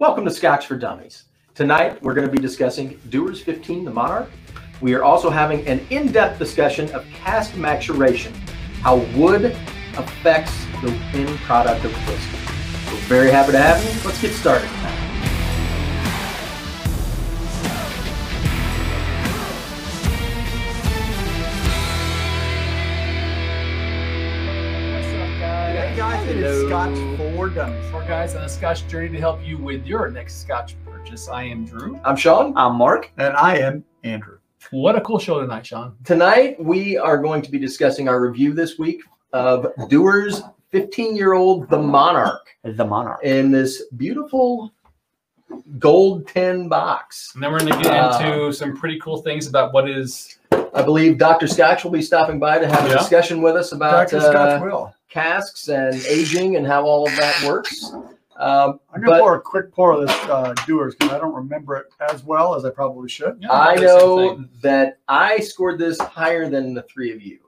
Welcome to Scotch for Dummies. Tonight, we're going to be discussing Doers 15, the Monarch. We are also having an in depth discussion of cask maturation, how wood affects the end product of whiskey. We're very happy to have you. Let's get started. What's up, guys? Hey guys, it is Scotch for Dummies. Four guys on a Scotch journey to help you with your next Scotch purchase. I am Drew. I'm Sean. I'm Mark. And I am Andrew. What a cool show tonight, Sean. Tonight, we are going to be discussing our review this week of Doers 15 year old, the Monarch, The Monarch. in this beautiful gold tin box. And then we're going to get into some pretty cool things about what is I believe Dr. Scotch will be stopping by to have a Yeah. discussion with us about Dr. Scotch uh, will. casks and aging and how all of that works. Um, I'm gonna but pour a quick pour of this uh, Doers because I don't remember it as well as I probably should. Yeah, I the same know thing. that I scored this higher than the three of you.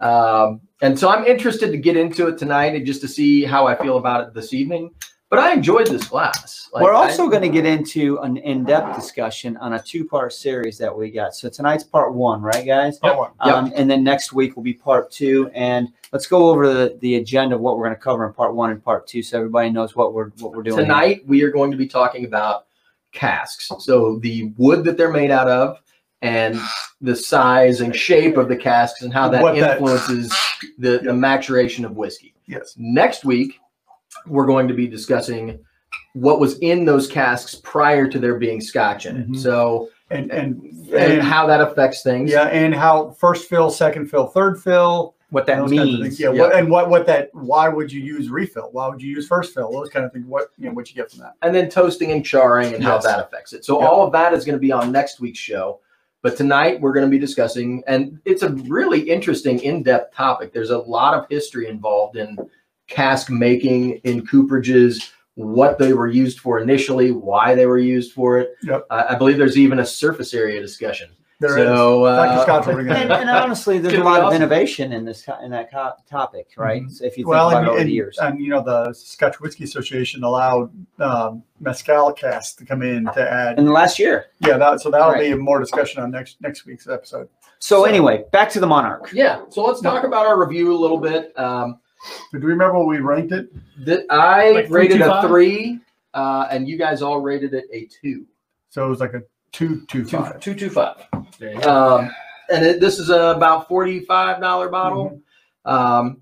Um, and so I'm interested to get into it tonight and just to see how I feel about it this evening. But I enjoyed this class. We're also going to get into an in-depth discussion on a two-part series that we got. So tonight's part one, right, guys? Part Oh, one. Yep. Um, and then next week will be part two. And let's go over the, the agenda of what we're going to cover in part one and part two, so everybody knows what we're what we're doing. here. tonight we are going to be talking about casks. So the wood that they're made out of and the size and shape of the casks and how that What that- influences the, the maturation of whiskey. Yes. Next week, we're going to be discussing what was in those casks prior to there being scotch in it. Mhm. So, And and, and, how that affects things. yeah, and how first fill, second fill, third fill, What that those kinds of things. means. Yeah, What, and what what that? Why would you use refill? Why would you use first fill? Those kind of things. What you know, what you get from that? And then toasting and charring and Yes. how that affects it. So, Yep. all of that is going to be on next week's show. But tonight, we're going to be discussing, and it's a really interesting, in depth topic. There's a lot of history involved in cask making, in cooperages, what they were used for initially, why they were used for it. Yep. I- I believe there's even a surface area discussion. There it is. so, Dr. Uh, Scott will bring And, that. up. and honestly, there's Gonna a be lot of awesome. Mm-hmm. innovation in this co- in that co- topic, right? Mhm. So if you think Well, about and, it over and, uh, the years, and you know the Scotch Whiskey Association allowed um, mezcal casks to come in to add. and last year. Yeah, that so that'll be more discussion on next next week's episode. So, So- anyway, back to the monarch. yeah. So let's talk about our review a little bit. Um, Do we remember what we ranked it? th- I Like three, rated two, a five? three, uh, and you guys all rated it a two. So it was like a two two Two, five. two, two, five. There you go. Um, and it, this is a about forty-five dollar bottle. Mm-hmm. Um,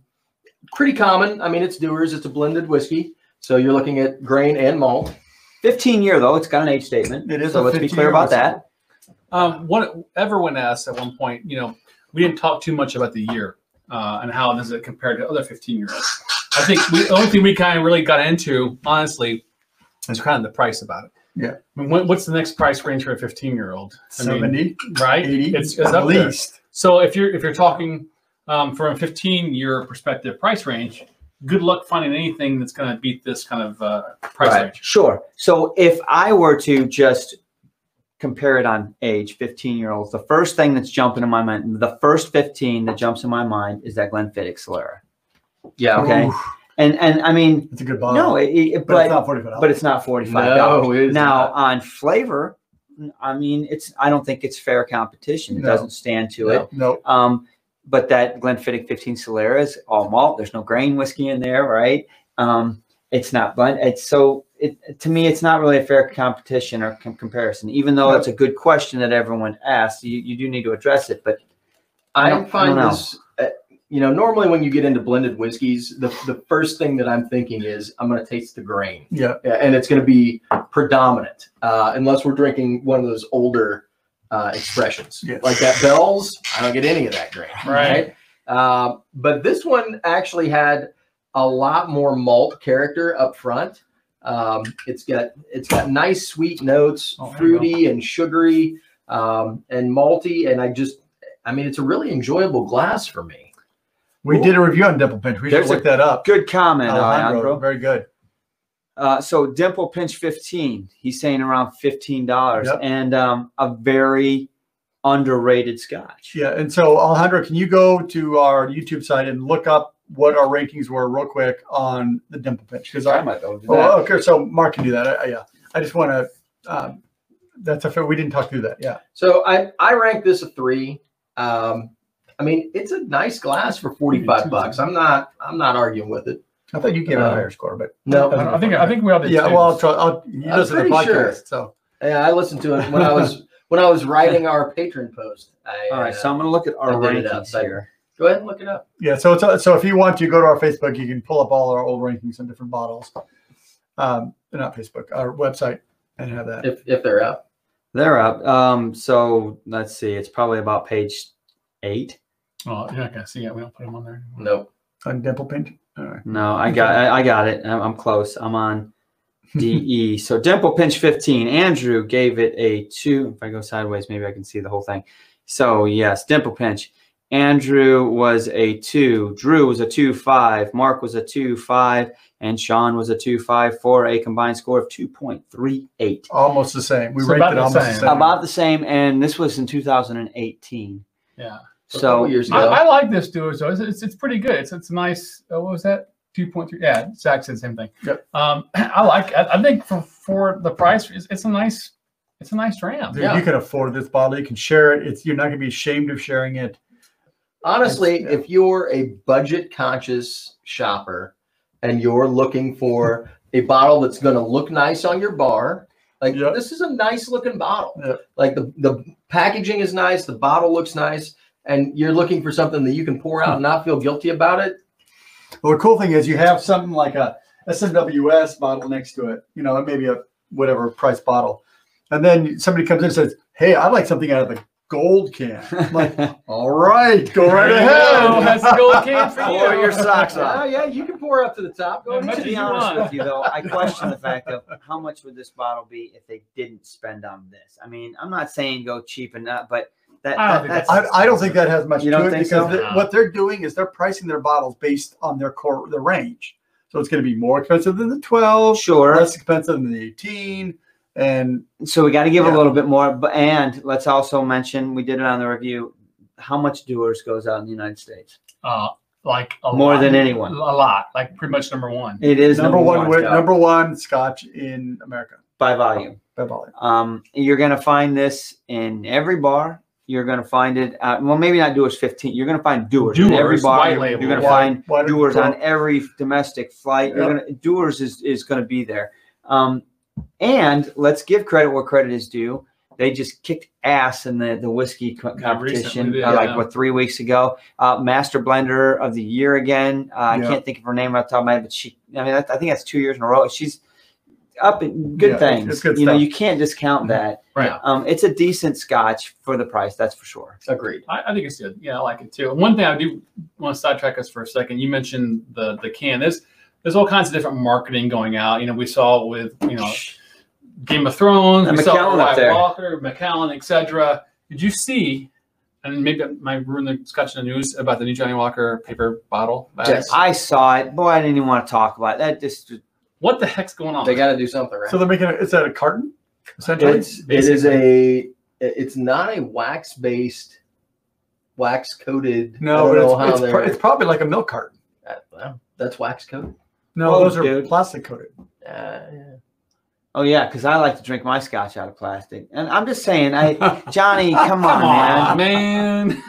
pretty common. I mean, it's Dewar's. It's a blended whiskey, so you're looking at grain and malt. 15 year though, it's got an age statement. It is a So let's be 15 clear year about whiskey. that. Um, one, everyone asked at one point, you know, we didn't talk too much about the year uh, and how does it compare to other 15 year olds. I think we, the only thing we kind of really got into, honestly, is kind of the price about it. Yeah. I mean, what, what's the next price range for a 15 year old? I 70, mean, right? 80, It's, it's at up there. least. So if you're if you're talking um, from a 15 year perspective price range, good luck finding anything that's going to beat this kind of uh, price Right. range. Sure. So if I were to just compare it on age, 15 year olds, the first thing that's jumping in my mind, the first 15 that jumps in my mind is that Glenfiddich Solera. Yeah. Okay. Oof, And and I mean, it's a good bottle. no, it, it, but, it's but not 45. but it's not 45. No, it is now not. on flavor, I mean, it's I don't think it's fair competition. It No. doesn't stand to it. no. Um, but that Glenfiddich 15 Solera is all malt. There's no grain whiskey in there, right? Um, it's not blend. It's so it to me, it's not really a fair competition or com- comparison. Even though No. that's a good question that everyone asks, you, you do need to address it. But I I don't- I find don't know. this, uh, you know, normally when you get into blended whiskeys, the, the first thing that I'm thinking is I'm going to taste the grain Yeah. Yeah, uh, and it's going to be predominant uh, unless we're drinking one of those older uh, expressions. Yes. Like that Bell's, I don't get any of that grain. Right. Uh, but this one actually had a lot more malt character up front. Um, it's got it's got nice sweet notes, Oh, there you go. fruity and sugary um, and malty, and I just I mean it's a really enjoyable glass for me. We did a review on Dimple Pinch. We should There's a- look that up. good comment, Alejandro, Alejandro. very good. Uh, so Dimple Pinch 15, he's saying around fifteen dollars, Yep. and um, a very underrated Scotch. Yeah. And so, Alejandro, can you go to our YouTube site and look up what our rankings were real quick on the dimple pitch because I. might be able to do that. Oh, okay. So Mark can do that. I, I, yeah, I just want to. Um, that's a fair. We didn't talk through that. Yeah. So I I rank this a three. Um, I mean, it's a nice glass for forty five bucks. I'm not I'm not arguing with it. I thought you gave it a Uh, higher score, but No, I, don't- I think I think we all did. yeah. too. Well, I'll try. I'll, he I'm does it in the pretty sure. podcast, so Yeah, I listened to it when I was when I was writing our patron post. I, All right, uh, so I'm going to look at our I did it rankings outside. here. go ahead and look it up. yeah. So it's, so if you want to go to our Facebook, you can pull up all our old rankings on different bottles. Um, not Facebook, our website, and have that. If if they're up. They're up. Um, so let's see. It's probably about page eight. Oh, you're not gonna see it. We don't put them on there. Nope. on dimple pinch. All right. No, I got I, I got it. I'm, I'm close. I'm on DE. so Dimple Pinch 15. Andrew gave it a two. If I go sideways, maybe I can see the whole thing. So yes, Dimple Pinch. Andrew was a two. Drew was a two five. Mark was a two five, and Sean was a two five for a combined score of two point three eight. Almost the same. We So ranked about it the almost same. the same. About the same, and this was in 2018. Yeah, A couple So years I, ago. I like this duo. So it's, it's it's pretty good. It's it's a nice. Uh, what was that? Two point three. Yeah, Zach said the same thing. Yep. Um, I like. I, I think for for the price, it's, it's a nice. It's a nice ram. Dude, Yeah. you can afford this bottle. You can share it. It's you're not going to be ashamed of sharing it. Honestly, It's- yeah. if you're a budget conscious shopper and you're looking for a bottle that's going to look nice on your bar, like Yeah. this is a nice looking bottle. Yeah. Like the, the packaging is nice, the bottle looks nice, and you're looking for something that you can pour out and not feel guilty about it. Well, the cool thing is you have something like a SMWS bottle next to it. You know, maybe a whatever price bottle, and then somebody comes in and says, "Hey, I'd like something out of the gold can." I'm like, "All right, go right There you go. ahead." That's the gold can for you. Pour your socks off. Ah, yeah, you can pour up to the top. Go Yeah, ahead. much to be you honest want. with you though, I question the fact of how much would this bottle be if they didn't spend on this. I mean, I'm not saying go cheap and not, but that, I don't think that- that's I, I don't think that has much You to don't it think because so? the- No. what they're doing is they're pricing their bottles based on their core, their range. So it's going to be more expensive than the 12, Oh, sure. less expensive than the 18, and So we got to give Yeah. a little bit more, but and let's also mention we did it on the review. How much doers goes out in the United States? Uh, like a More lot. than a anyone. lot. Like pretty much number one. It is number one, wi- yeah, number one scotch in America by volume. by volume. Um, you're gonna find this in every bar. You're gonna find it. At, well, maybe not doers 15. You're gonna find doers, in every Doers, bar. white You're, label. you're gonna Why- find why do- doers on every domestic flight. You're Yeah. gonna, doers is, is going to be there. Um, and let's give credit where credit is due. They just kicked ass in the, the whiskey co- Yeah, recently competition they uh, did, like yeah. what three weeks ago. Uh, Master Blender of the Year again. Uh, Yeah. I can't think of her name off the top of my head, but she. I mean, I, I think that's two years in a row. She's up in good Yeah, it's- things. it's good you know, stuff. you can't discount that. Right. Um, it's a decent scotch for the price. That's for sure. Agreed. I, I think it's good. Yeah, I like it too. One thing I do want to sidetrack us for a second. You mentioned the the can. There's there's all kinds of different marketing going out. You know, we saw with you know Game of Thrones, And we saw McAllen up White there. Walker, McAllen, etc. Did you see? And maybe I might ruin the scotch in the news about the new Johnny Walker paper bottle. bags. Yes. I saw it. Boy, I didn't even want to talk about it. that. Just What the heck's going on? They got to do something, right? So they're making a, is that a carton? Essentially, it's it is a it's not a wax based wax coated no, I but don't know how it's, it's, pro- they're- it's probably like a milk carton. Uh, well, that's wax coated No, Oh, those are dude. plastic coated. uh, yeah. Oh yeah, because I like to drink my scotch out of plastic, and I'm just saying, I Johnny, come, on, man, man.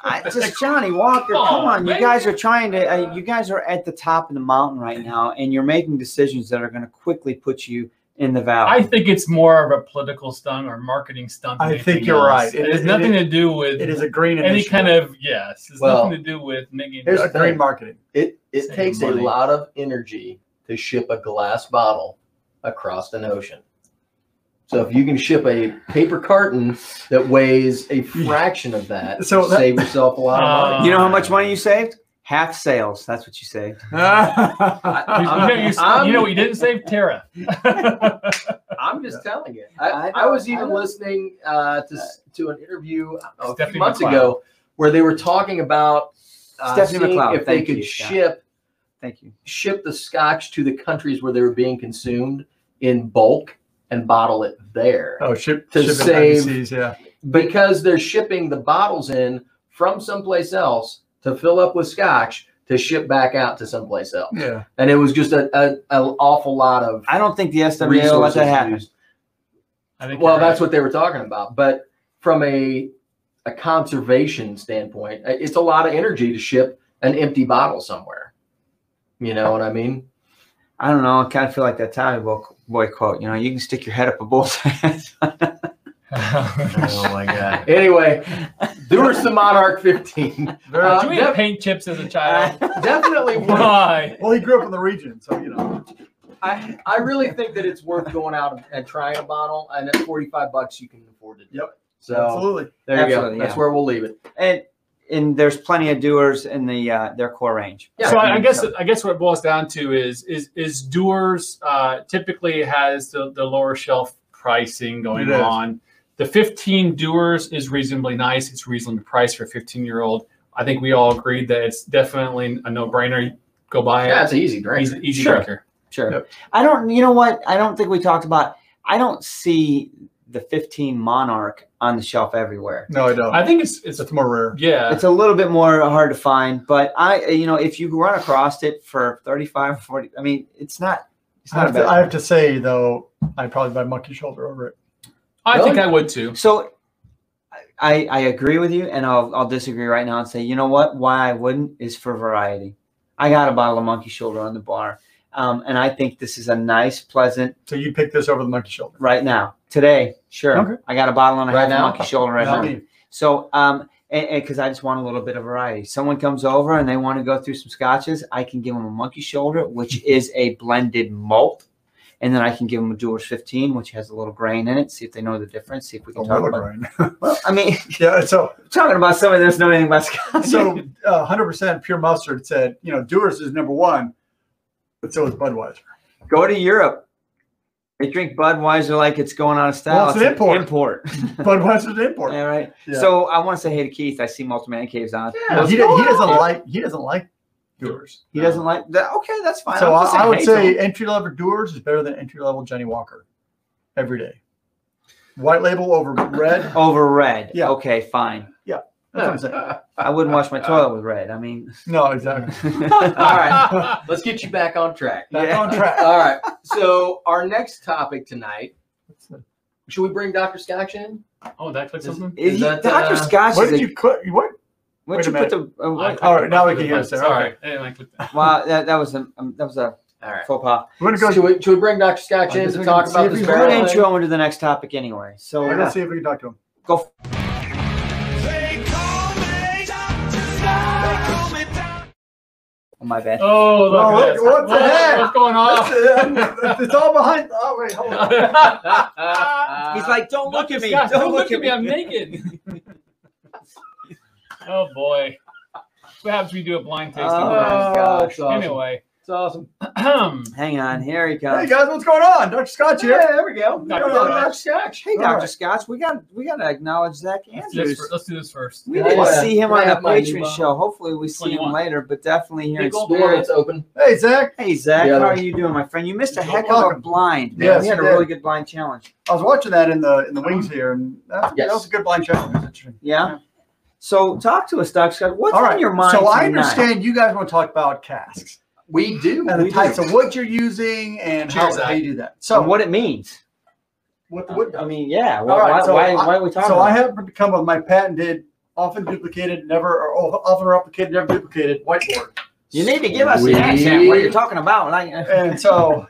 I, just Johnny Walker, Come come, on, on, man. you guys are trying to, uh, you guys are at the top of the mountain right now, and you're making decisions that are going to quickly put you in the I valley. think it's more of a political stunt or marketing stunt. than I think anything you're else. right. It It has is- nothing to do with It is a green any initiative. kind of yes. It's Well, nothing to do with making. here's a the thing. green marketing. it it Save takes money. a lot of energy to ship a glass bottle across an ocean so if you can ship a paper carton that weighs a fraction of that So you that- save yourself a lot of money you know how much money you saved? Half sales. That's what you saved. You, you know, you, I'm- you know what you didn't save Tara. i'm just telling you i, I I, know, was I even know. listening uh, to s- to an interview a few Stephanie months McLeod. ago where they were talking about uh, Stephanie seeing McLeod, if they thank could you, Scott. ship Thank you. ship the scotch to the countries where they were being consumed in bulk and bottle it there Oh, ship To shipping save- overseas, yeah. because they're shipping the bottles in from someplace else to fill up with scotch to ship back out to someplace else. Yeah. And it was just a, a, an awful lot of I don't think the SWA will let resources that happen. used. I think Well, you're right. that's what they were talking about. But from a a conservation standpoint, i- it's a lot of energy to ship an empty bottle somewhere. You know what I mean? I don't know. I kind of feel like that Tommy Bo- boy quote. You know, you can stick your head up a bull's ass. oh my god. Anyway, Dewars the Monarch 15. Very, Uh, Do we def- have paint chips as a child? definitely worth, Why? well, he grew up in the region, so you know. I, I really think that it's worth going out and, and trying a bottle and at 45 bucks you can afford to do Yep. it. So Absolutely. there Absolutely, you go. That's yeah. where we'll leave it. and and there's plenty of doers in the uh, their core range. Yeah, so I, I guess I guess what it boils down to is is is Doers uh, typically has the, the lower shelf pricing going It is. on. The 15 Doers is reasonably nice. It's reasonably priced for a 15 year old. I think we all agreed that it's definitely a no brainer. Go buy it. Yeah, it's an easy drink. easy easy Sure. drinker. Sure. Yep. I don't. You know what? I don't think we talked about. I don't see the 15 Monarch on the shelf everywhere. No, I don't. I think it's it's It's more rare. yeah. It's a little bit more hard to find, but I, you know, if you run across it for 35, 40, I mean, it's not. It's I not have, a to, bad. I have to say though, I'd probably buy monkey shoulder over it. I think Really? I would too. So I I agree with you, and I'll I'll disagree right now and say, you know what? Why I wouldn't is for variety. I got a bottle of monkey shoulder on the bar. Um, and I think this is a nice, pleasant So you pick this over the monkey shoulder. right now. Today, sure. Okay. I got a bottle and a Right half of now? monkey shoulder right Not now. me. So um and because I just want a little bit of variety. Someone comes over and they want to go through some scotches, I can give them a monkey shoulder, which Mm-hmm. is a blended malt. And then I can give them a Doers 15, which has a little grain in it. See if they know the difference. See if we A can talk little about. grind. Well, I mean, Yeah. So talking about somebody that's not anything about Scotch. so uh, 100% pure mustard said, you know, Dewar's is number one, but so is Budweiser. go to Europe. They drink Budweiser like it's going out of style. Well, it's an import. import. Budweiser's an import. All right. Yeah. So I want to say hey to Keith. I see multiple man caves on. You know, he, he doesn't like he doesn't like Dewar's. He doesn't like that. Okay, that's fine. So I'll I, just I would hey say to him. entry level Dewar's is better than entry level Johnny Walker every day. White label over red. That's over red. Yeah. Okay, fine. what I'm saying. I wouldn't wash my toilet with red. I mean, No, exactly. All right. Let's get you back on track. Back Yeah. on track. All right. So our next topic tonight. Should we bring Dr. Scotch in? Oh, did I click something? Is Is he- that, Dr. uh, Scotch What is did a, you cook? What? why wait don't a you put the? Oh, I I- clicked all right, now we it. can hear it, sir. Sorry. I didn't like that. wow, that, that was a um, that was a All right. faux pas. We're gonna go. Should we, should we bring Dr. Scotch I in guess to we talk can about see if this he's We're barrel gonna thing? intro into the next topic anyway. So uh, We're yeah. gonna see if we can talk to him. my bad. Oh, look Oh, at look, this. what the What- heck? What's going Oh. it's all behind. Oh wait, hold on. on? He's like, Uh, don't look at me. Guys, don't, look, at me. I'm naked. oh boy. Perhaps we do a blind tasting Oh, first. my gosh. it's awesome. Anyway, It's awesome. Hang on, here he comes. Hey guys, what's going on? Dr. Scotch here. Yeah, there we go. We Dr. got Dr. Scotch. Scotch. Hey, All Doctor right. Scotch, we got we got to acknowledge Zach let's do, this Andrews. fir- let's do this first. We Yeah, didn't yeah. see him Can I on the have my new patron bottle? show. Hopefully, we see him 21. later, but definitely here Here, in the one spirit. that's open. Hey Zach, Hey, Zach, Yeah, how are that- you doing, my friend? You missed a You're heck of a welcome. blind. Man. Yes, we had a you did. really good blind challenge. I was watching that in the in the wings here, and that, that was a good blind check. It was interesting. Yeah. So talk to us, Doctor Scott. What's All right, on your mind? so I tonight? understand you guys want to talk about casks We do. and the We types do. of wood you're using and Cheers, how, how Zach. you do that. So So what it means. what, I mean, yeah. Why, All right, why, so why, I- why are we talking? so about I it? have come with my patented, often duplicated, never or often replicated, never duplicated whiteboard. You need to give us the Sweet. accent what you're talking about. Like, And so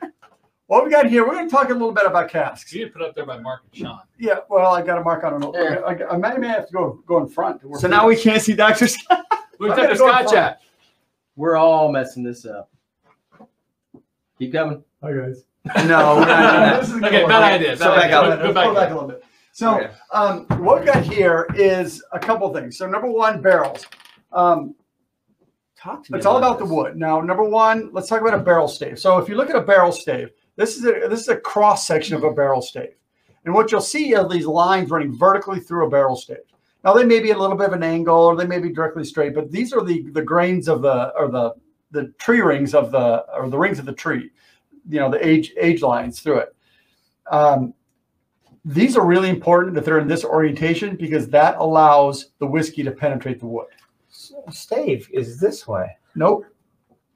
what we got here, we're going to talk a little bit about casks. You need to put up there by Mark and Sean. Yeah, well, I got a mark on it. Yeah. I, I may, may have to go go in front. To work so now we can't see Doctor Scott. Where's I'm Dr. gonna go Scotch for it. at? We're all messing this up. Keep coming. Hi guys. No, Oh, we're not doing that. This is a good Okay, one, bad right? idea. Bad So back idea. up. Go- Let's Go go back back up. a little bit. So Okay. um, what we got here is a couple things. So number one, barrels. Um, Talk to me. it's all about the this. wood. Now, number one, let's talk about a barrel stave. So if you look at a barrel stave, this is a this is a cross section of a barrel stave, and what you'll see are these lines running vertically through a barrel stave. Now they may be at a little bit of an angle, or they may be directly straight, but these are the the grains of the or the the tree rings of the or the rings of the tree, you know, the age age lines through it. Um, these are really important that they're in this orientation because that allows the whiskey to penetrate the wood. Stave is this way. Nope.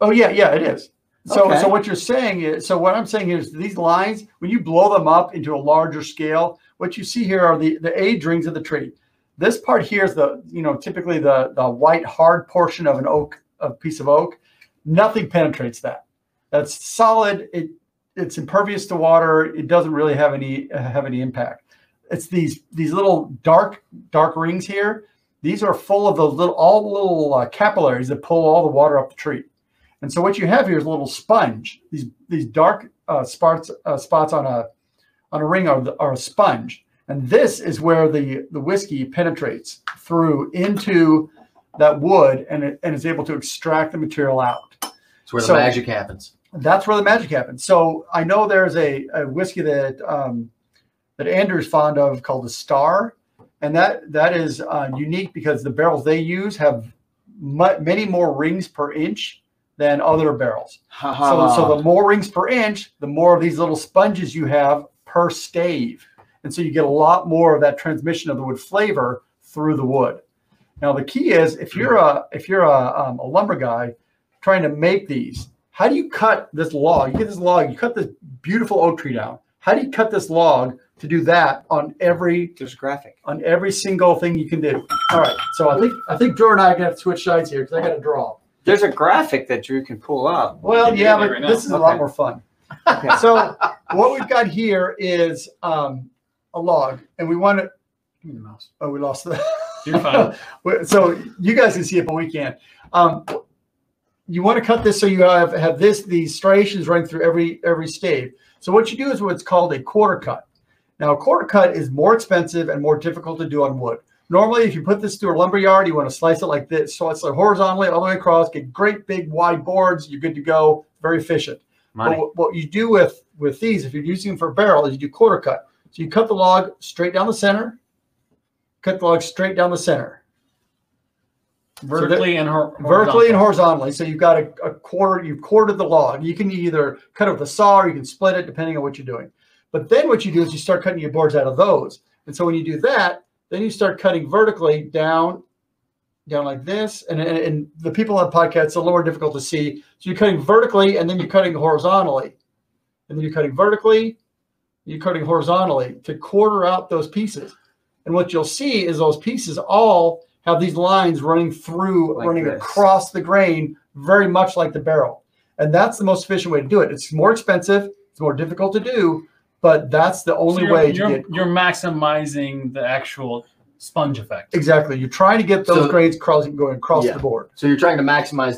Oh yeah, yeah, it is. So Okay. so what you're saying is so what I'm saying is these lines when you blow them up into a larger scale, what you see here are the the age rings of the tree. This part here is the you know typically the the white hard portion of an oak a piece of oak. Nothing penetrates that. That's solid. It it's impervious to water. It doesn't really have any have any impact. It's these these little dark dark rings here these are full of those little all the little uh, capillaries that pull all the water up the tree and so what you have here is a little sponge these these dark uh, spots uh, spots on a on a ring are, the, are a sponge and this is where the the whiskey penetrates through into that wood and it, and is able to extract the material out It's where the So- magic happens. that's where the magic happens. So I know there's a, a whiskey that um, that Andrew's fond of called the Star, and that that is uh, unique because the barrels they use have mu- many more rings per inch than other barrels. Ha, So, ha, so ha. the more rings per inch, the more of these little sponges you have per stave, and so you get a lot more of that transmission of the wood flavor through the wood. Now the key is if you're a if you're a, um, a lumber guy trying to make these, how do you cut this log? You get this log, you cut this beautiful oak tree down. How do you cut this log to do that on every there's a graphic. on every single thing you can do? All right, so I think I think Drew and I are gonna have to switch sides here because I got to draw. There's a graphic that Drew can pull up. Well, can do yeah, that but right now. this is a Okay. lot more fun. Okay. So what we've got here is um, a log, and we want to. Give me the mouse. Oh, we lost the. You're fine. Wait, so you guys can see it, but we can't. Um, you want to cut this so you have have this these striations running through every every stave. So what you do is what's called a quarter cut. Now a quarter cut is more expensive and more difficult to do on wood. Normally, if you put this through a lumber yard, you want to slice it like this, so it's horizontally all the way across, get great big wide boards. You're good to go. Very efficient. But Money. what- what you do with with these, if you're using them for a barrel, is you do quarter cut. So you cut the log straight down the center. Cut the log straight down the center. Verti- Vertically and hor- vertically and horizontally. horizontally. So you've got a, a quarter, you've quartered the log. You can either cut it with a saw or you can split it depending on what you're doing. But then what you do is you start cutting your boards out of those. And so when you do that, then you start cutting vertically down, down like this. And, and, and the people on podcasts, it's a little more difficult to see. So you're cutting vertically and then you're cutting horizontally. And then you're cutting vertically, you're cutting horizontally to quarter out those pieces. And what you'll see is those pieces all have these lines running through, Like running this. across the grain, very much like the barrel. And that's the most efficient way to do it. It's more expensive, it's more difficult to do, but that's the So only you're- way to you're, get you're maximizing the actual sponge effect. exactly. You're trying to get those So- grains crossing going across Yeah. the board. So you're trying to maximize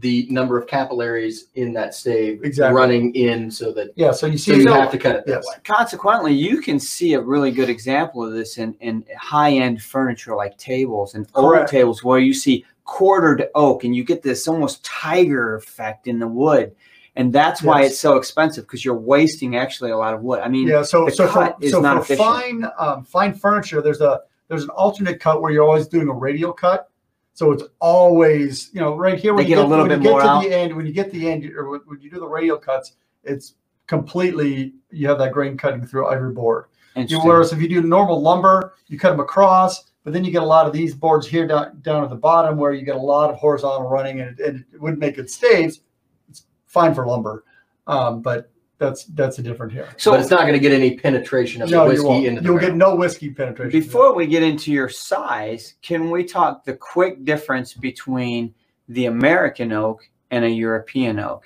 the number of capillaries in that stave Exactly. running in so that Yeah, so you so see you so- have to cut it that Yes. way. Consequently, you can see a really good example of this in, in high end furniture like tables and old Correct. tables where you see quartered oak and you get this almost tiger effect in the wood. And that's why Yes. it's so expensive because you're wasting actually a lot of wood. I mean, yeah so the so for, cut is so not for efficient. fine um, fine furniture there's a there's an alternate cut where you're always doing a radial cut so it's always you know right here when They you get a little when bit you get more to out. the end when you get to the end or when- when you do the radial cuts it's completely you have that grain cutting through every board you, interesting. whereas if you do normal lumber, you cut them across, but then you get a lot of these boards here down, down at the bottom where you get a lot of horizontal running and it, and it wouldn't make good staves. It's fine for lumber, um, but that's that's a different here. so but it's not going to get any penetration of the No, you whiskey won't. into the You'll barrel. get no whiskey penetration. Before we get into your size, can we talk the quick difference between the American oak and a European oak?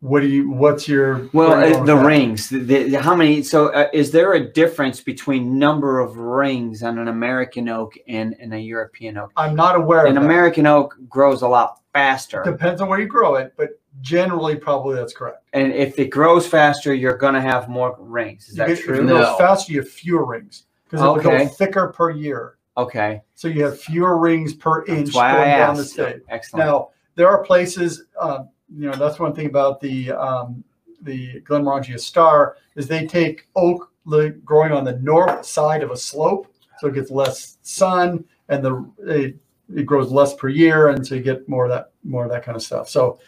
what do you? What's your? Well, where are you uh, going the with that? rings. The, the- how many? So, uh, is there a difference between number of rings on an American oak and, and a European oak? I'm not aware. An Of that. American oak grows a lot faster, depends on where you grow it, but generally, probably that's correct. and if it grows faster, you're going to have more rings. Is You that get- If true? it grows No. faster, you have fewer rings because it will Okay. go thicker per year. Okay, So so you have fewer rings per that's inch why I going down the asked. state. Excellent. Now there are places, um, you know, that's one thing about the um, the Glenmorangie Star is they take oak li- growing on the north side of a slope, so it gets less sun and the it, it grows less per year, and so you get more of that more of that kind of stuff. So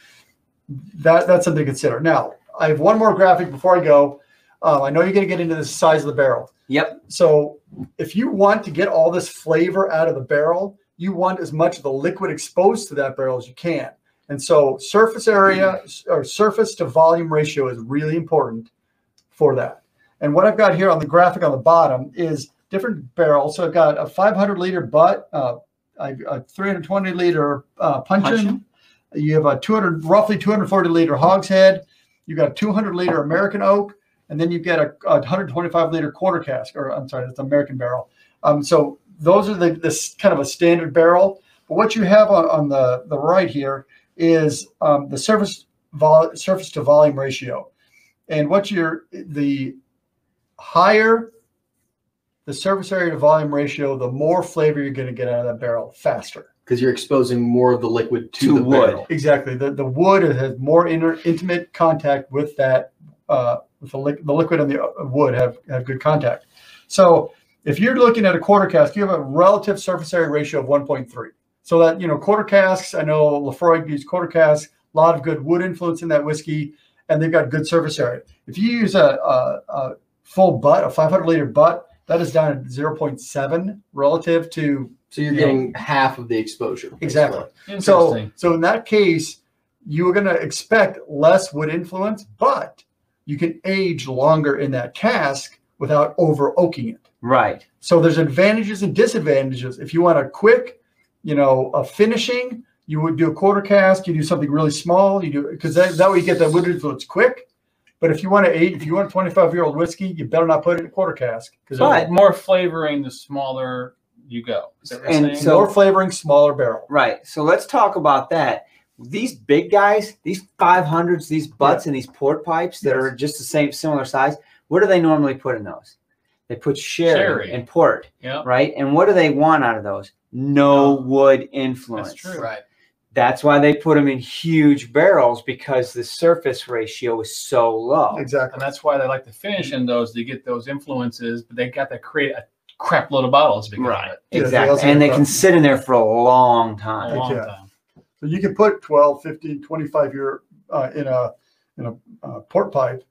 that that's something to consider. Now I have one more graphic before I go. Um, I know you're going to get into the size of the barrel. Yep. So if you want to get all this flavor out of the barrel, you want as much of the liquid exposed to that barrel as you can. And so surface area or surface to volume ratio is really important for that. And what I've got here on the graphic on the bottom is different barrels. So I've got a 500 liter butt, uh, I've a 320 liter uh, puncheon. Puncheon. You have a 200, roughly 240 liter hogshead. You've got a 200 liter American oak, and then you get a, a 125 liter quarter cask, or I'm sorry, that's American barrel. Um, so those are the this kind of a standard barrel. But what you have on, on the the right here is um, the surface vol- surface to volume ratio, and what you're the higher the surface area to volume ratio, the more flavor you're going to get out of that barrel faster. because you're exposing more of the liquid to, To the wood. barrel. Exactly. The the wood has more inner, intimate contact with that uh, with the, li- the liquid and the uh, wood have, have good contact. So if you're looking at a quarter cask, you have a relative surface area ratio of 1.3. So that you know quarter casks. I know Lafroy used quarter casks. A lot of good wood influence in that whiskey, and they've got good surface area. If you use a, a, a full butt, a 500 liter butt, that is down at 0.7 relative to So you're Yeah. getting half of the exposure. basically. Exactly. So, Interesting. so in that case, you are going to expect less wood influence, but you can age longer in that cask without over oaking it. Right. So there's advantages and disadvantages. If you want a quick, you know, a finishing, you would do a quarter cask. You do something really small. You do because that, that way you get that wood influence quick. But if you want to eight, if you want a 25 year old whiskey, you better not put it in a quarter cask because But- the more flavoring, the smaller you go. Is that what you're And saying? so- more flavoring, smaller barrel. Right. So let's talk about that. These big guys, these 500s, these butts, and these port pipes that are just the same, similar size, what do they normally put in those? They put sherry, Sherry. and port, yeah, right? And what do they want out of those? No wood influence. that's true. Right. That's why they put them in huge barrels because the surface ratio is so low. Exactly. And that's why they like to finish in those to get those influences, but they got to create a crap load of bottles because Right. of it. Yeah, they Exactly. also and they have can that. sit in there for a long A time. long Yeah. time. So you could put 12, 15, 25 year uh, in a in a uh, port pipe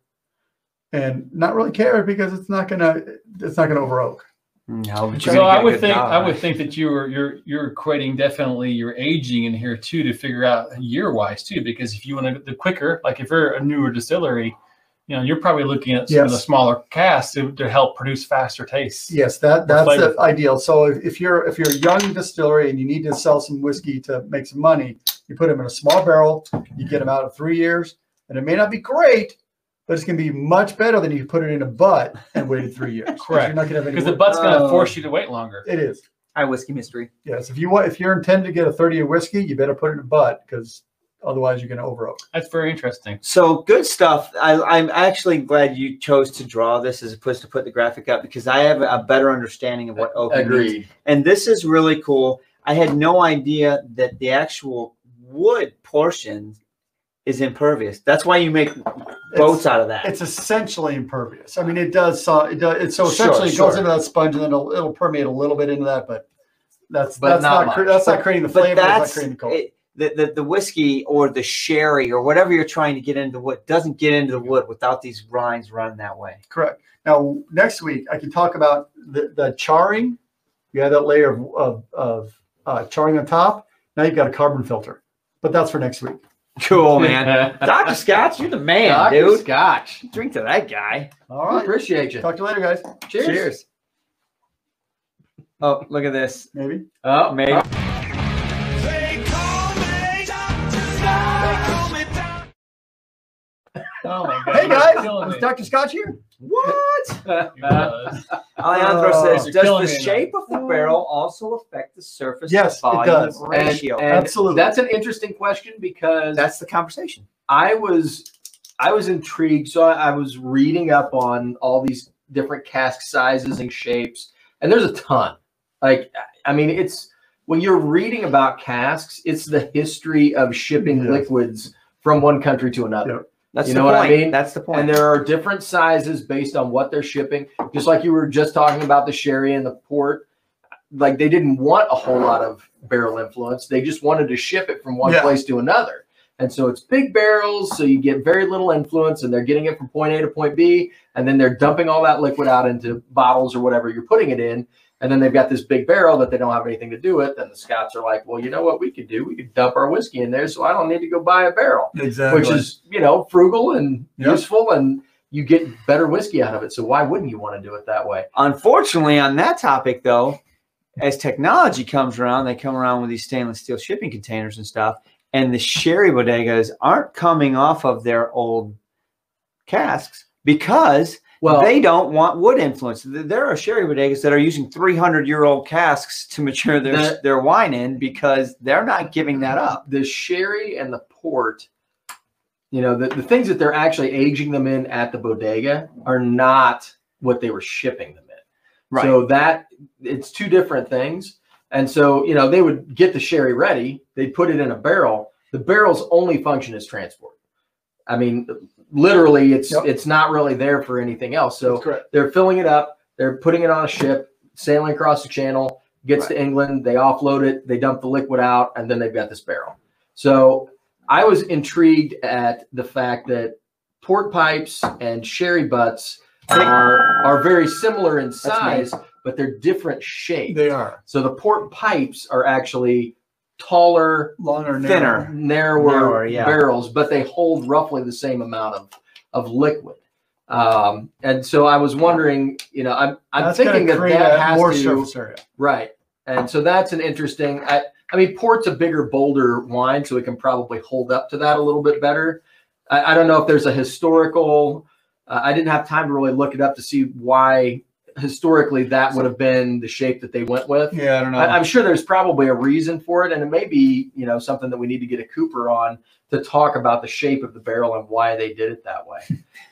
and not really care because it's not gonna it's not gonna over oak. No, but you're So gonna I get a would good think dollar. I would think that you were you're you're equating definitely your aging in here too to figure out year wise too because if you want to the quicker like if you're a newer distillery, you know you're probably looking at some of the Yes. smaller casks to, to help produce faster tastes. Yes, that that's flavor. the ideal. So if, if you're if you're a young distillery and you need to sell some whiskey to make some money, you put them in a small barrel, you get them out of three years, and it may not be great, but it's gonna be much better than you put it in a butt and waited three years. 'Cause Correct. You're not gonna have any. Because the wood. butt's going to Oh. force you to wait longer. it is. Hi, whiskey mystery. Yes. If you want if you're intending to get a 30 year whiskey, you better put it in a butt because otherwise you're gonna over oak. That's very interesting. So good stuff. I, I'm actually glad you chose to draw this as opposed to put the graphic up because I have a better understanding of what oak means. Agreed. And this is really cool. I had no idea that the actual wood portion is impervious. That's why you make boats out of that. it's essentially impervious. I mean, it does. So it does. It's so Sure, essentially it goes sure. into that sponge, and then it'll, it'll permeate a little bit into that. But that's But that's not not, cre- much. that's not creating the flavor. but That's, that's not creating the color. it, the, the the whiskey or the sherry or whatever you're trying to get into the wood doesn't get into the wood without these lines running that way. Correct. Now next week I can talk about the, the charring. You have that layer of of, of uh, charring on top. Now you've got a carbon filter. But that's for next week. Cool, Oh, man. Dr. Scotch, you're the man, Dr. dude. Scotch. Drink to that guy. All right. Appreciate you. Talk to you later, guys. Cheers. Oh, look at this. Maybe. Oh, Maybe. Oh my god! Hey you're guys, killing was me. Dr. Scotch here? What? You guys. Alejandro Oh, says, you're does killing the me. shape of the barrel also affect the surface Yes, to it volume does. And- ratio? and Absolutely. That's an interesting question because That's the conversation. I was I was intrigued. So I, I was reading up on all these different cask sizes and shapes, and there's a ton. Like I mean, it's when you're reading about casks, it's the history of shipping Yes. liquids from one country to another. Yep. That's You the know what point. I mean? That's the point. And there are different sizes based on what they're shipping. Just like you were just talking about the sherry and the port, like they didn't want a whole lot of barrel influence. They just wanted to ship it from one Yeah. place to another. And so it's big barrels, so you get very little influence, and they're getting it from point A to point B, and then they're dumping all that liquid out into bottles or whatever you're putting it in. And then they've got this big barrel that they don't have anything to do with. And the Scots are like, well, you know what we could do? We could dump our whiskey in there, so I don't need to go buy a barrel, Exactly. which is you know frugal and Yep. useful, and you get better whiskey out of it. So why wouldn't you want to do it that way? Unfortunately, on that topic though, as technology comes around, they come around with these stainless steel shipping containers and stuff, and the sherry bodegas aren't coming off of their old casks because Well, they don't want wood influence. Th- There are sherry bodegas that are using 300 year old casks to mature their That- their wine in because they're not giving that up. the sherry and the port, you know, the, the things that they're actually aging them in at the bodega are not what they were shipping them in. So that it's two different things. And so, you know, they would get the sherry ready, they'd put it in a barrel. The barrel's only function is transport. I mean, literally it's Yep. it's not really there for anything else. So That's correct. they're filling it up, they're putting it on a ship, sailing across the channel, gets to England, they offload it, they dump the liquid out, and then they've got this barrel. So I was intrigued at the fact that port pipes and sherry butts are are very similar in size, but they're different shape. They are So the port pipes are actually taller, longer, Thinner. narrower, Narrower, yeah. barrels, but they hold roughly the same amount of of liquid. Um, and so I was wondering, you know, I'm I'm That's gonna thinking that create that a has more to surface area. right. And so that's an interesting. I, I mean, port's a bigger, bolder wine, so it can probably hold up to that a little bit better. I, I don't know if there's a historical. Uh, I didn't have time to really look it up to see why historically that would have been the shape that they went with. Yeah, I don't know. Uh. I, I'm sure there's probably a reason for it, and it may be you know something that we need to get a Cooper on to talk about the shape of the barrel and why they did it that way.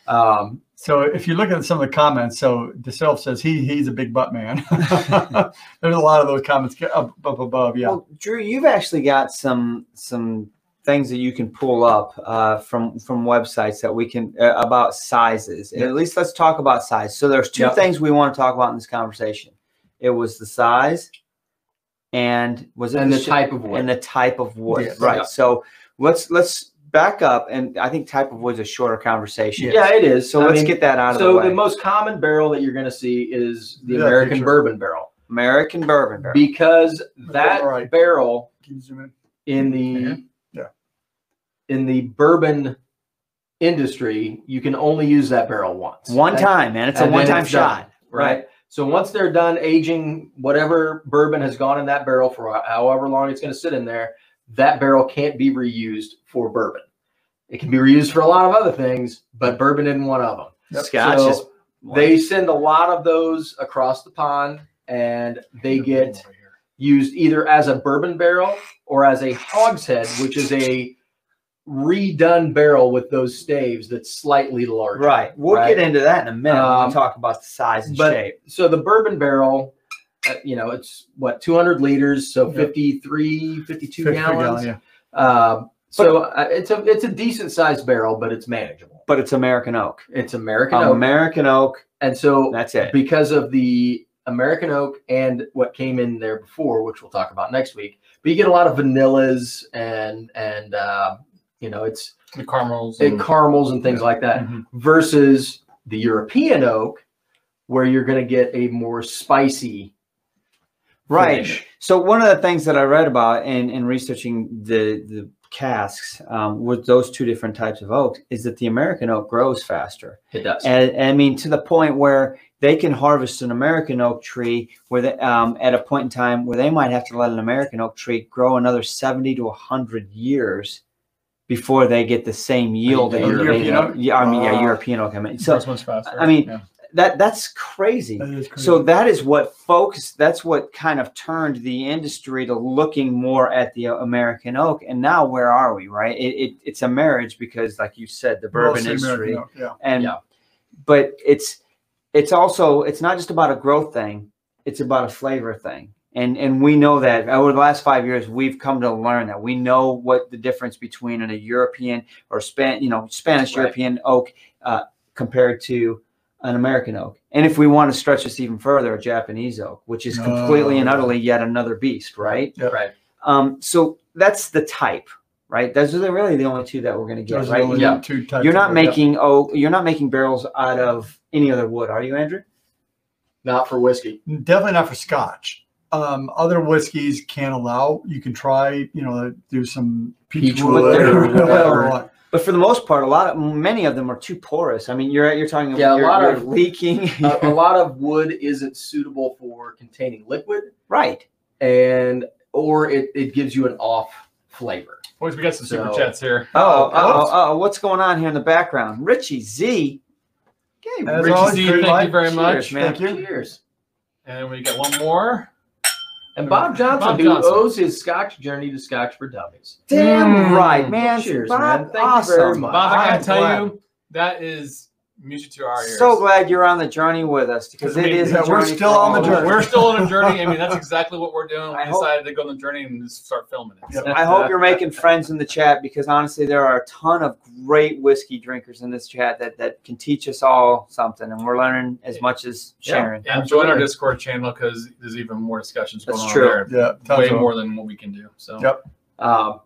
Um, So if you look at some of the comments, so DeSelf says he he's a big butt man. There's a lot of those comments ca- up, up above. Yeah, Well, Drew, you've actually got some some things that you can pull up uh, from from websites that we can uh, about sizes. And At least let's talk about size. So there's two Yep. things we want to talk about in this conversation. It was the size, and was it and the sh- type of wood. and the type of wood. Yes. Right. Yeah. So let's let's back up, and I think type of wood's a shorter conversation. yeah, it is. So I let's mean, get that out of so the way. the most common barrel that you're going to see is the Yeah, American picture. bourbon barrel American bourbon barrel. because that Right. barrel Can you zoom in? in the Mm-hmm. Mhm. Yeah. in the bourbon industry, you can only use that barrel once. one That- time, man. It's a and then one time it's done. shot. right? So once they're done aging whatever bourbon has gone in that barrel for however long it's going to sit in there, that barrel can't be reused for bourbon. It can be reused for a lot of other things, but bourbon isn't one of them. Yep. Scotch So is one. They send a lot of those across the pond and they get used either as a bourbon barrel or as a hogshead, which is a redone barrel with those staves that's slightly larger. Right. We'll Right. get into that in a minute when Um, we talk about the size and but- shape. so the bourbon barrel uh, you know it's what 200 liters so Yeah. 53 52 Fifty gallons gallon, yeah. um, so uh, it's a it's a decent sized barrel but it's manageable But it's American oak. it's american Um, oak American oak. and so That's it. because of the american oak and what came in there before which we'll talk about next week but you get a lot of vanillas and and uh, you know it's The caramels. it And, Mm. caramels and things like that Mhm. versus the European oak, where you're going to get a more spicy. Right. finish. So one of the things that I read about in, in researching the the casks um, with those two different types of oak is that the American oak grows faster. It does. And, and I mean to the point where they can harvest an American oak tree where they, um, at a point in time where they might have to let an American oak tree grow another seventy to hundred years before they get the same yield. the that European they- oak? Yeah, I mean, yeah, Ah. European oak. I mean, so This one's faster. I mean, yeah. that that's crazy. That is crazy. So that is what folks. That's what kind of turned the industry to looking more at the American oak. And now, where are we? Right? It, it it's a marriage because, like you said, the bourbon Mostly industry American oak, yeah. and Yeah. but it's it's also it's not just about a growth thing it's about a flavor thing and and we know that over the last five years we've come to learn that we know what the difference between a european or span you know spanish Right. european oak uh, compared to an american oak and if we want to stretch this even further a japanese oak which is completely and Oh. utterly yet another beast right Yep. Right. um so that's the type right those are the- really the only two that we're going to get Those are right the only Yeah. two types you're of not wood, yeah. making oak. You're not making barrels out of any other wood, are you, Andrew? Not for whiskey. Definitely not for Scotch. Um, other whiskeys can allow. You can try. You know, do some Peachwood peachwood or or whatever. whatever. But for the most part, a lot of many of them are too porous. I mean, you're you're talking Yeah, a you're, lot you're of- leaking. a, a lot of wood isn't suitable for containing liquid, right. and or it, it gives you an off flavor. Boys, we got some super So- chats here. Oh, oh, oh, oh. what's going on here in the background? Richie Z. Okay, As Richie Richie always, Z. Z, great thank you life. very much. Cheers, man. Thank you. Cheers. And we got one more. And Bob Johnson, Bob who Johnson. owes his Scotch journey to Scotch for Dummies. Damn Mm. right, man. Cheers, Bob, man. Thank awesome. you very much. Bob, I gotta I'm tell glad. you, that is music to our ears. So glad you're on the journey with us because I it mean, is. a yeah, we're journey still for on the all of We're- us. journey. We're still on a journey. I mean, that's exactly what we're doing. We I hope- decided to go on the journey and just start filming it. So, I hope you're making friends in the chat because honestly, there are a ton of great whiskey drinkers in this chat that, that can teach us all something, and we're learning as much as Yeah. sharing. and join our Absolutely. Discord channel because there's even more discussions going That's on true. there. Yeah, tons Way of 'em. more than what we can do. So Yep. Um,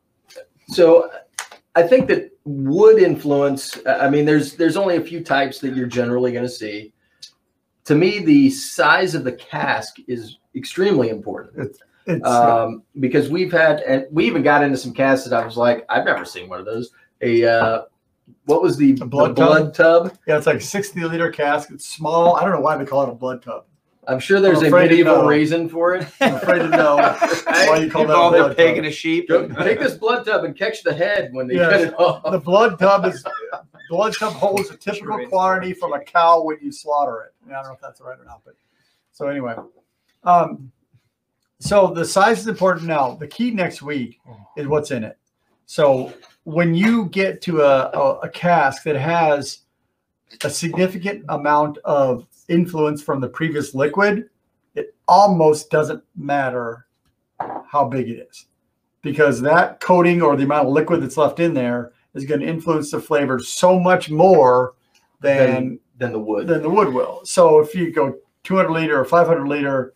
so I think that wood influence. I mean, there's there's only a few types that you're generally going to see. To me, the size of the cask is extremely important It's, Uh, um, because we've had and we even got into some casks that I was like, I've never seen one of those. A uh, what was the, A blood the blood tub? yeah, it's like a 60 liter cask. It's small. I don't know why they call it a blood tub. I'm sure there's I'm a afraid to medieval know. reason for it. I'm afraid to know why you call that a Involved a blood pig tub. and a sheep. Go, take this blood tub and catch the head when they Yes. cut it off. The blood tub is blood tub holds a typical quantity from a cow when you slaughter it. And I don't know if that's right or not, but so anyway. Um, so the size is important now. The key next week is what's in it. So when you get to a, a, a cask that has a significant amount of influence from the previous liquid, it almost doesn't matter how big it is because that coating or the amount of liquid that's left in there is going to influence the flavor so much more than Than- Than the wood. than the wood will. So if you go 200 liter or 500 liter,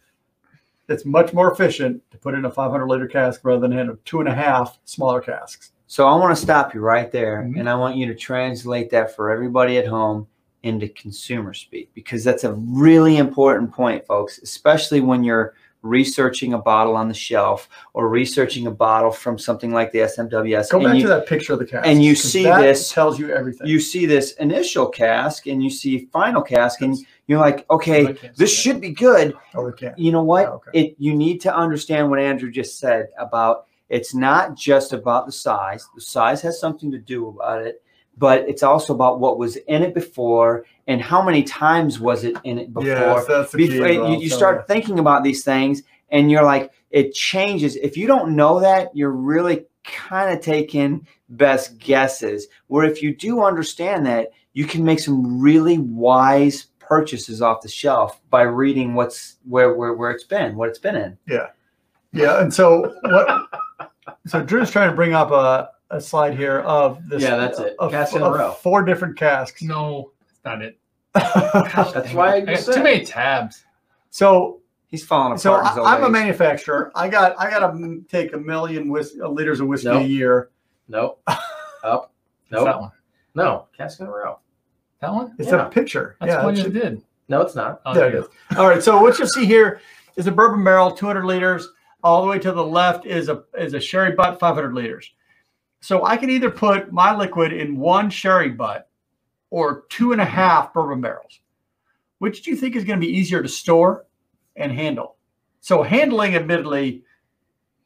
it's much more efficient to put in a 500 liter cask rather than having two and a half smaller casks. So I want to stop you right there, Mhm. and I want you to translate that for everybody at home into consumer speak because that's a really important point, folks, especially when you're researching a bottle on the shelf or researching a bottle from something like the SMWS. Go and back you- to that picture of the cask. and you 'cause see that this- tells you everything. you see this initial cask and you see final cask and you're like okay I can't this see that. should be good oh, we can't. you know what Oh, okay. it you need to understand what andrew just said about it's not just about the size the size has something to do about it but it's also about what was in it before and how many times was it in it before Yes, that's the key. before you, you start thinking about these things and you're like it changes if you don't know that you're really kind of taking best guesses where if you do understand that you can make some really wise purchases off the shelf by reading what's where where, where it's been what it's been in Yeah, and so what? so Drew's trying to bring up a, a slide here of this. Yeah, that's it. Of, Casks in a of row. Four different casks. No, that's not it. That's why I you got too said. many tabs. so he's falling apart So as I, I'm a always. manufacturer. I got I got to take a million whis- uh, liters of whiskey a Nope. year. No. Up. It's No. that one. No. Cask in a row. That one? It's Yeah. a picture. That's yeah, the one it's- you did. No, it's not. Oh, there you it is. All right. So what you'll see here is a bourbon barrel, 200 liters. All the way to the left is a is a sherry butt, 500 liters. So I can either put my liquid in one sherry butt or two and a half bourbon barrels. Which do you think is going to be easier to store and handle? So handling, admittedly,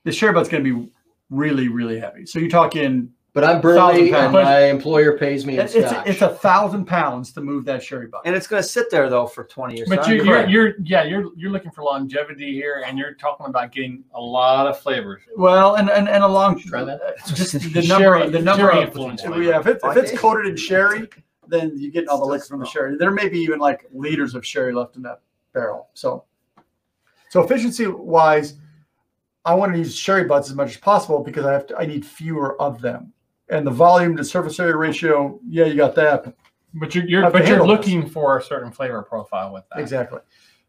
the sherry butt's going to be really really heavy. So you're talking But I'm Thousand burly and pounds. my employer pays me in It's, it's, stock. a, it's a thousand pounds to move that sherry bucket. and it's going to sit there though for 20 years But So I you, you're, agree. you're, yeah, you're, you're looking for longevity here, and you're talking about getting a lot of flavors. Well, and and, and along Try that. just the number the number Sherry of influence yeah, if, it, if it's Okay. coated in sherry, then you get all the Still liquor from the sherry. There may be even like liters of sherry left in that barrel. So, so efficiency wise, I want to use sherry butts as much as possible because I have to, I need fewer of them. And the volume to surface area ratio, yeah, you got that. But you're, you're Have to but you're handle this. looking for a certain flavor profile with that. Exactly.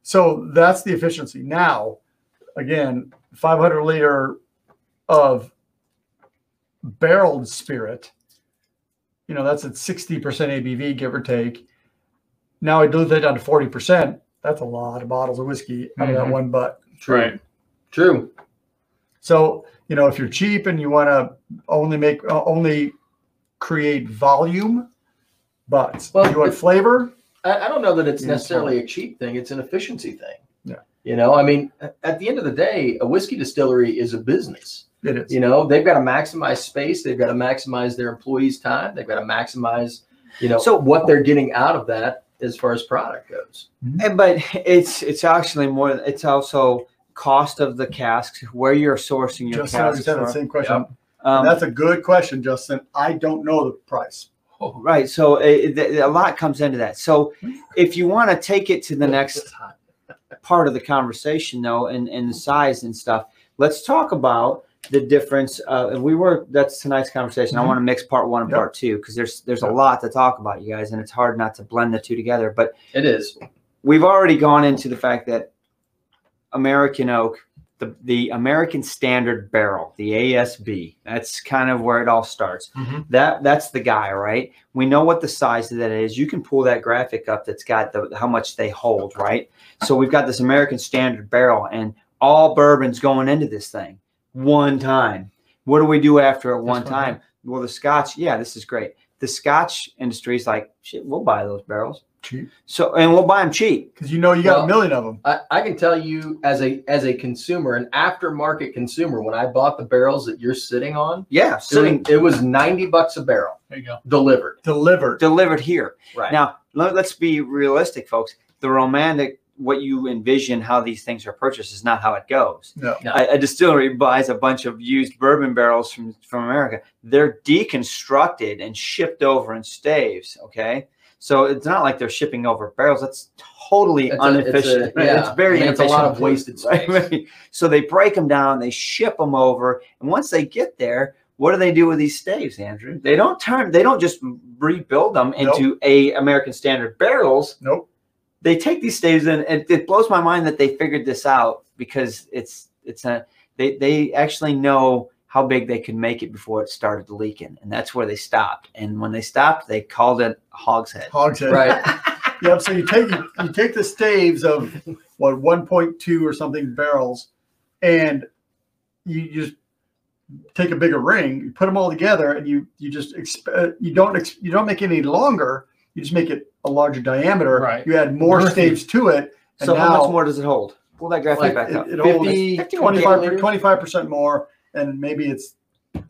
So that's the efficiency. Now, again, 500 liter of barreled spirit, you know, that's at 60% ABV, give or take. Now I dilute that down to 40%. That's a lot of bottles of whiskey out of that one butt. Right. True. So you know, if you're cheap and you want to only make uh, only create volume butts, Well, you want if- flavor. I, I don't know that it's Yeah, it's necessarily a cheap thing. It's an efficiency thing. Yeah. You know, I mean, a- at the end of the day, a whiskey distillery is a business. It is. You know, they've got to maximize space. They've got to maximize their employees' time. They've got to maximize, you know, so So- what they're getting out of that as far as product goes. Eh, but it's it's actually more it's also cost of the casks where you're sourcing your Justin, I just casks had the from. same question. Um, That's a good question, Justin. I don't know the price. Oh, right so it, it- a lot comes into that so if you want to take it to the next It's hot. part of the conversation though and and the size and stuff let's talk about the difference uh and we were that's tonight's conversation i want to mix part one and Mm-hmm. Yep. part two because there's there's Yep. a lot to talk about you guys and it's hard not to blend the two together but It is. we've already gone into the fact that American oak, the, the American standard barrel, the ASB, that's kind of where it all starts. Mhm. That that's the guy, right? We know what the size of that is. You can pull that graphic up that's got the how much they hold, right? So we've got this American standard barrel and all bourbons going into this thing one time. What do we do after at one one time? Well, the Scotch, yeah, this is great. The Scotch industry is like, shit, we'll buy those barrels. Cheap. So and we'll buy them cheap. Because you know you got Well- a million of them. I, I can tell you as a as a consumer, an aftermarket consumer, when I bought the barrels that you're sitting on, Yeah, it was, sitting it was 90 bucks a barrel there you go. delivered. Delivered. delivered here. Right. Now, let, let's be realistic, folks. The romantic, what you envision how these things are purchased is not how it goes. No. No. A, a distillery buys a bunch of used bourbon barrels from, from America. They're deconstructed and shipped over in staves, okay? So it's not like they're shipping over barrels. That's totally It's a- it's a- inefficient. Right? yeah. It's very I mean, it's a lot inefficient. of wasted Right, space. right. So they break them down, they ship them over, and once they get there, what do they do with these staves, Andrew? They don't turn, they don't just rebuild them into a American standard barrels. Nope. They take these staves in, and it blows my mind that they figured this out because it's it's a they they actually know how big they could make it before it started leaking, and that's where they stopped. And when they stopped, they called it a hogshead. Hogshead. Right. Yep. So you take you take the staves of what 1.2 or something barrels, and you you just take a bigger ring, you put them all together, and you you just exp- uh, you don't ex- you don't make it any longer. You just make it a larger diameter. Right. You add more Murphy. staves to it, and So how now much more does it hold? Pull that graphic Like, back up. it, 50, it holds 51 25 liters? 25 percent more, and maybe it's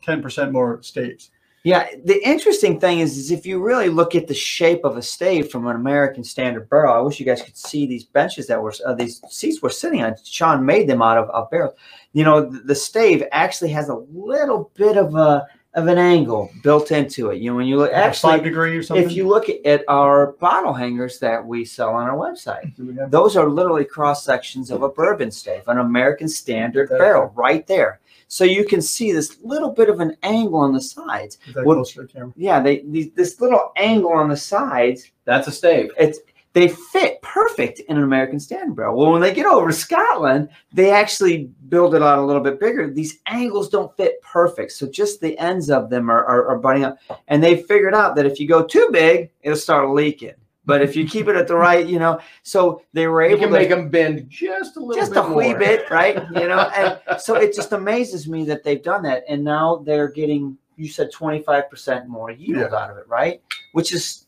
10 percent more staves. Yeah, the interesting thing is, is if you really look at the shape of a stave from an American standard barrel, I wish you guys could see these benches that were uh, these seats were sitting on. Sean made them out of a barrel. You know, the, the stave actually has a little bit of a of an angle built into it. You know, when you look Like a actually, five degree or something. if you look at our bottle hangers that we sell on our website, Do we have- those are literally cross sections of a bourbon stave, an American standard barrel, right there. So you can see this little bit of an angle on the sides is that what- closer to the camera? yeah, they these, this little angle on the sides, That's a stave. it's they fit perfect in an American standard barrel. Well, when they get over to Scotland, they actually build it out a little bit bigger. These angles don't fit perfect, so just the ends of them are are, are butting up. And they figured out that if you go too big, it'll start leaking. But if you keep it at the right, you know, so they were You able can to make them bend just a little just bit a wee more. bit, right? You know, and so it just amazes me that they've done that, and now they're getting you said twenty five percent more yield out of it, right? Which is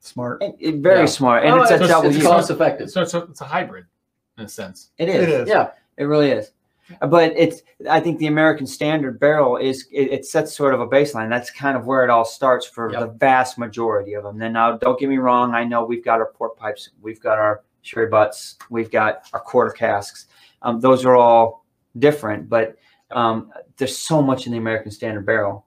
Smart. it- it very Yeah. smart, and No, it's a it's, double it's yield. cost effective. So it's a, it's a hybrid in a sense. It It is. is. Yeah. It really is. But it's. I think the American standard barrel is. It, it sets sort of a baseline. That's kind of where it all starts for Yep. the vast majority of them. Then now, don't get me wrong. I know we've got our port pipes. We've got our sherry butts. We've got our quarter casks. Um, those are all different, but um, there's so much in the American standard barrel.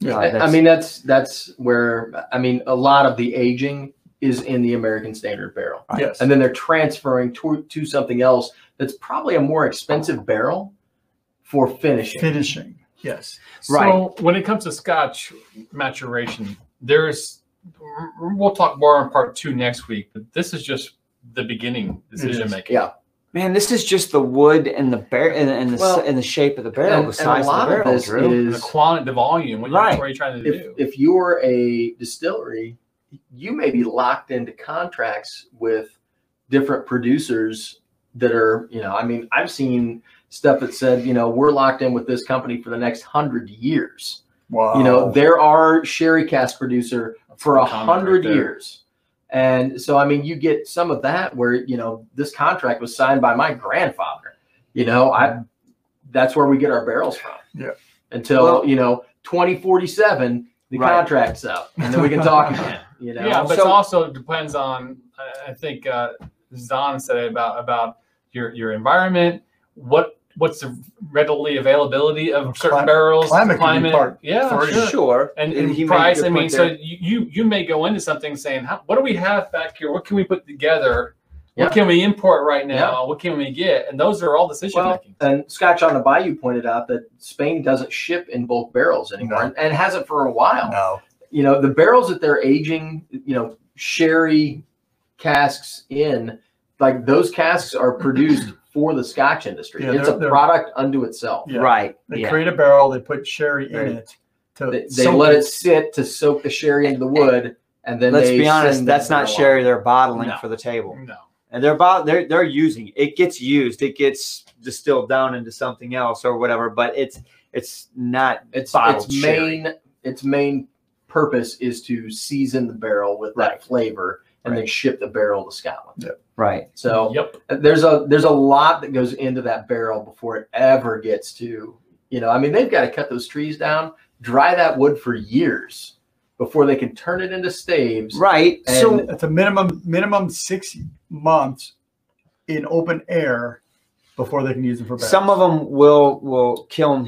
Yeah, Uh, I- I that's- mean that's that's where I mean a lot of the aging is in the American standard barrel, Yes. and then they're transferring to, to something else that's probably a more expensive barrel for finishing. finishing. Yes. So when it comes to Scotch maturation, there's we'll talk more on part two next week, but this is just the beginning decision is. making. Yeah. man, this is just the wood and the bear and, and the s- Well, and the shape of oh, the barrel, And, the and size a lot of the barrel. of this Drew. And the is quantity, the volume, what, Right. you, what are you trying to if, do? if you're a distillery, you may be locked into contracts with different producers that are, you know, I mean, I've seen stuff that said, you know, we're locked in with this company for the next hundred years. Wow. You know, they're our sherry cast producer for a That's pretty common hundred right there. years. And so, I mean, you get some of that where, you know, this contract was signed by my grandfather, you know, I, that's where we get our barrels from. Yeah. Until, Well- you know, 2047, the Right. contract's up and then we can talk again, you know? Yeah, but it So- also depends on. I- I think uh, Zahn said it about about your your environment. What what's the readily availability of certain Clim- barrels? climate can be part- yeah, for sure. sure. And, And and he made a price. good I mean, point so there. you you you may go into something saying, How, "What do we have back here? What can we put together? Yeah. What can we import right now? Yeah. What can we get?" And those are all decision Well, making. and Scotch on the Bayou pointed out that Spain doesn't ship in bulk barrels anymore No. and, and hasn't for a while. No. You know, the barrels that they're aging, you know, sherry casks in, like those casks are produced for the Scotch industry. Yeah, it's they're- a they're- product unto itself. Yeah. Right. They yeah. create a barrel. They put sherry in it. To They, they soak let it sit to soak the sherry into the wood, and then Let's they be honest. send that Mm-hmm. That's not barrel sherry. They're bottling No. for the table. No, and they're about they're they're using it. it gets used it gets distilled down into something else or whatever but it's it's not It's bottled its sherry. main its main purpose is to season the barrel with Right. that flavor and then ship the barrel to Scotland. right So uh, yep. there's a there's a lot that goes into that barrel before it ever gets to you know i mean they've got to cut those trees down dry that wood for years before they can turn it into staves right And- so It's a minimum minimum six months in open air before they can use them for barrels. some of them will will kiln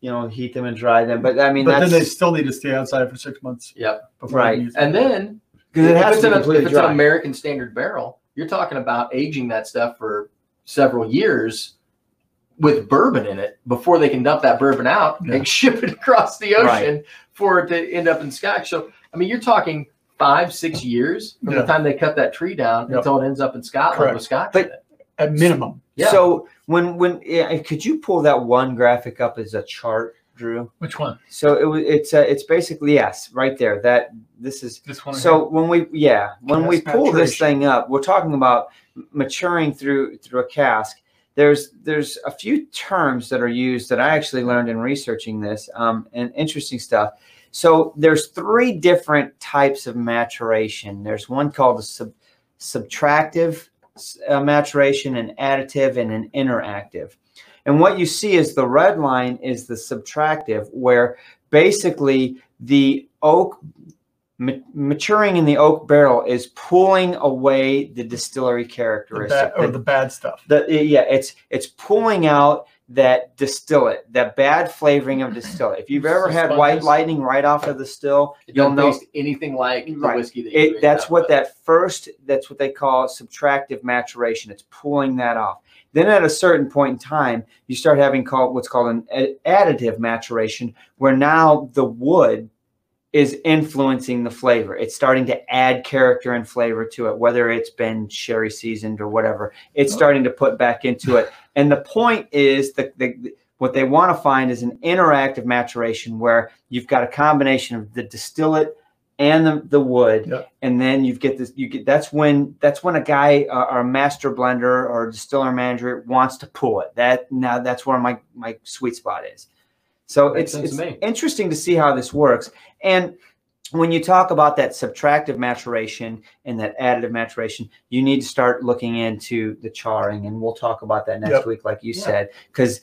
you know heat them and dry them but i mean but then that's they still need to stay outside for six months. Yep. Before Right. They can use them. and then because it if has it's to an- be if completely it's an dry american standard barrel you're talking about aging that stuff for several years with bourbon in it before they can dump that bourbon out Yeah. and ship it across the Right. ocean for it to end up in scotch so i mean you're talking five six years from Yeah. the time they cut that tree down Yep. until it ends up in scotland Correct. with scotch But in it. At minimum. Yeah. so when when yeah, could you pull that one graphic up as a chart drew Which one? so it was it's uh, it's basically yes right there that this is This one. So when we yeah when we Cask pull this maturation. thing up, we're talking about m- maturing through through a cask. There's there's a few terms that are used that I actually learned in researching this um, and interesting stuff. So there's three different types of maturation. There's one called a sub, subtractive s- uh, maturation, an additive, and an interactive. And what you see is the red line is the subtractive, where basically the oak ma- maturing in the oak barrel is pulling away the distillery The characteristic. bad, or The- the bad stuff. the- yeah, it's it's pulling out that distillate, that bad flavoring of distillate. If you've ever So had white sponges. lightning right off of the still, It you'll doesn't know taste anything like the Right. whiskey that you it ate that's up what with. that first that's what they call subtractive maturation it's pulling that off then at a certain point in time you start having called what's called an a- additive maturation where now the wood is influencing the flavor it's starting to add character and flavor to it whether it's been sherry seasoned or whatever Oh. it's starting to put back into it and the point is the, the what they want to find is an interactive maturation where you've got a combination of the distillate and the, the wood and then you get this you get that's when that's when a guy uh, or a master blender or distiller manager wants to pull it that now that's where my my sweet spot is so Makes it's, sense to it's me. interesting to see how this works and when you talk about that subtractive maturation and that additive maturation you need to start looking into the charring and we'll talk about that next Yep. week like you Yeah. said because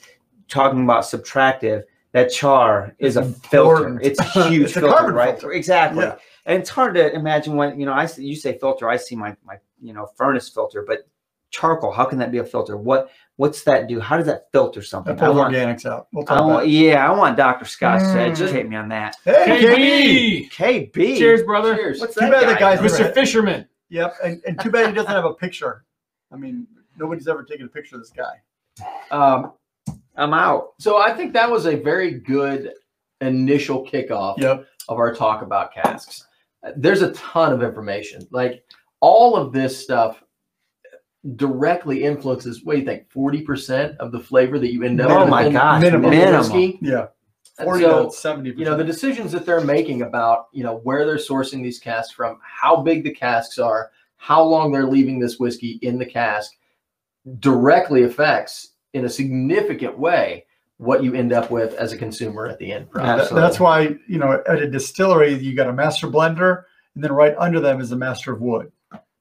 talking about subtractive that char is It's a filter important. it's a huge It's a filter carbon right filter. exactly Yeah. and it's hard to imagine what you know. I see you say filter, I see my my you know furnace filter, but charcoal. How can that be a filter? What what's that do? How does that filter That something? I pulls want, organics out. We'll talk I about want, E it. yeah, I want Doctor Scotch to Mm. educate me on that. Hey, KB. KB! KB, Cheers, brother. Cheers. What's Too that bad guy? that guy's doing? Mr. Fisherman. Yep. And, and too bad he doesn't have a picture. I mean, nobody's ever taken a picture of this guy. Um, I'm out. so I think that was a very good initial kickoff Yep. of our talk about casks. Uh, There's a ton of information. Like all of this stuff directly influences. What do you think? Forty percent of the flavor that you end up. Oh with my in- gosh, in minimum. minimum. whiskey. Yeah. And 40 so, to 70 you know the decisions that they're making about you know where they're sourcing these casks from how big the casks are how long they're leaving this whiskey in the cask directly affects in a significant way what you end up with as a consumer at the end product. That- That's why, you know, at a distillery, you got a master blender, and then right under them is the master of wood,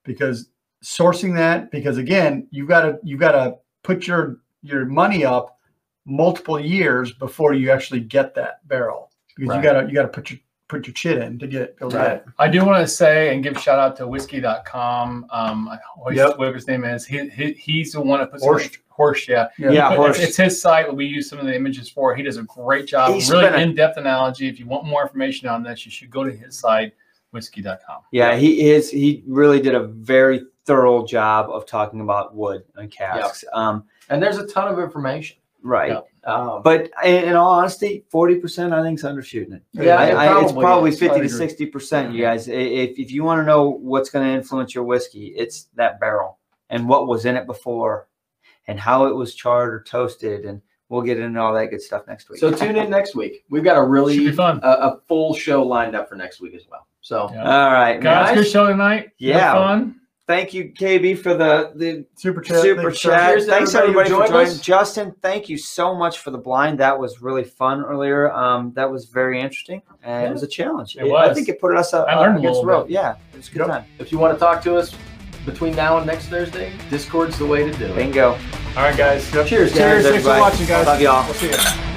because sourcing that, because again, you've got to you've got to put your your money up multiple years before you actually get that barrel, because Right. you got to you got to put your put your chit in to get to Right. get it. I do want to say and give shout out to whiskey.com. Um, I always- Yep. whatever his name is. He, he, he's the one that puts Horst. Horst, yeah. Yeah, But Horst. It's, it's his site. We use some of the images for. He does a great job. He's really been a- in-depth analogy. If you want more information on this, you should go to his site, whiskey.com. Yeah, he his he really did a very thorough job of talking about wood and casks. Um, and there's a ton of information. right. Yeah. Um, But in, in all honesty, forty percent I think is undershooting it. Yeah, I, it I, it's probably probably is. fifty I to agree. sixty percent, you guys. I- If if you want to know what's going to influence your whiskey, it's that barrel and what was in it before, and how it was charred or toasted, and we'll get into all that good stuff next week. so tune in next week. We've got a really Should be fun. A, a full show lined up for next week as well. So Yeah. all right, man. Guys, good show tonight. Yeah. Have fun. Thank you, KB, for the the Super chat, super thanks, chat. Cheers to Thanks everybody everybody, who for joined joining. us. Justin, thank you so much for the blind. That was really fun earlier. Um, that was very interesting, and it was a challenge. It was. I think it put us up I learned a against the little rope. Yeah, it was a good Yep. time. if you want to talk to us between now and next Thursday, Discord's the way to do it. Bingo. All right, guys. Jeff. Cheers, guys. Cheers. Thanks for everybody. watching, guys. Love y'all. We'll see you.